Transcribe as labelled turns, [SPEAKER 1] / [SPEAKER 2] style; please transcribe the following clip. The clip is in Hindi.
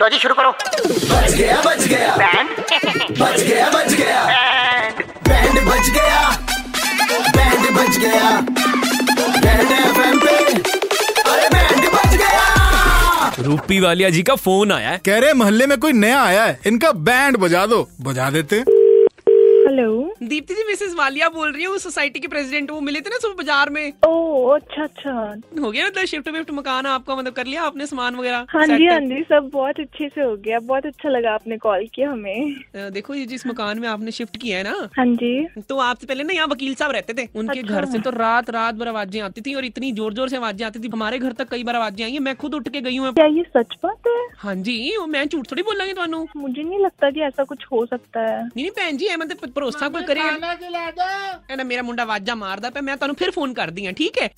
[SPEAKER 1] लो जी शुरू करो
[SPEAKER 2] बच गया बच गया
[SPEAKER 1] बैंड
[SPEAKER 2] बच गया बच गया बैंड बच गया बैंड बच गया बैंड एफएम पे अरे बैंड बच गया
[SPEAKER 3] रूपी वालिया जी का फोन आया है
[SPEAKER 4] कह रहे मोहल्ले में कोई नया आया है इनका बैंड बजा दो बजा देते हैं।
[SPEAKER 5] हेलो
[SPEAKER 6] दीप्ति जी मिसेस वालिया बोल रही हूँ सोसाइटी के प्रेसिडेंट वो मिले थे ना सुबह बाजार में
[SPEAKER 5] ओ अच्छा अच्छा
[SPEAKER 6] हो गया मतलब शिफ्ट विफ्ट मकान आपका मतलब कर लिया आपने सामान वगैरह
[SPEAKER 5] हाँ
[SPEAKER 6] सेट
[SPEAKER 5] जी
[SPEAKER 6] कर-
[SPEAKER 5] हाँ जी सब बहुत अच्छे से हो गया बहुत अच्छा लगा आपने कॉल किया हमें
[SPEAKER 6] अ, देखो ये जिस मकान में आपने शिफ्ट किया है ना
[SPEAKER 5] हाँ जी
[SPEAKER 6] तो आपसे पहले ना यहाँ वकील साहब रहते थे उनके घर से तो रात रात भर आवाजें आती थी और इतनी जोर जोर से आवाजें आती थी हमारे घर तक कई बार आवाजें आई हैं मैं खुद उठ के गई हूँ
[SPEAKER 5] क्या ये सच बात है
[SPEAKER 6] हाँ जी वो मैं झूठ थोड़ी बोलांगी ਤੁਹਾਨੂੰ
[SPEAKER 5] मुझे नहीं लगता कि ऐसा कुछ हो सकता है
[SPEAKER 6] ਨਹੀਂ ਨਹੀਂ ਭੈਣ ਜੀ ਐਵੇਂ ਤੇ ਭਰੋਸਾ ਕੋਈ ਕਰੇ ਖਾਣਾ ਖਿਲਾ ਦੋ ਨਾ ਮੇਰਾ ਮੁੰਡਾ ਵਾਜਾ ਮਾਰਦਾ ਪਿਆ ਮੈਂ ਤੁਹਾਨੂੰ ਫਿਰ ਫੋਨ ਕਰਦੀ ਹਾਂ ਠੀਕ ਹੈ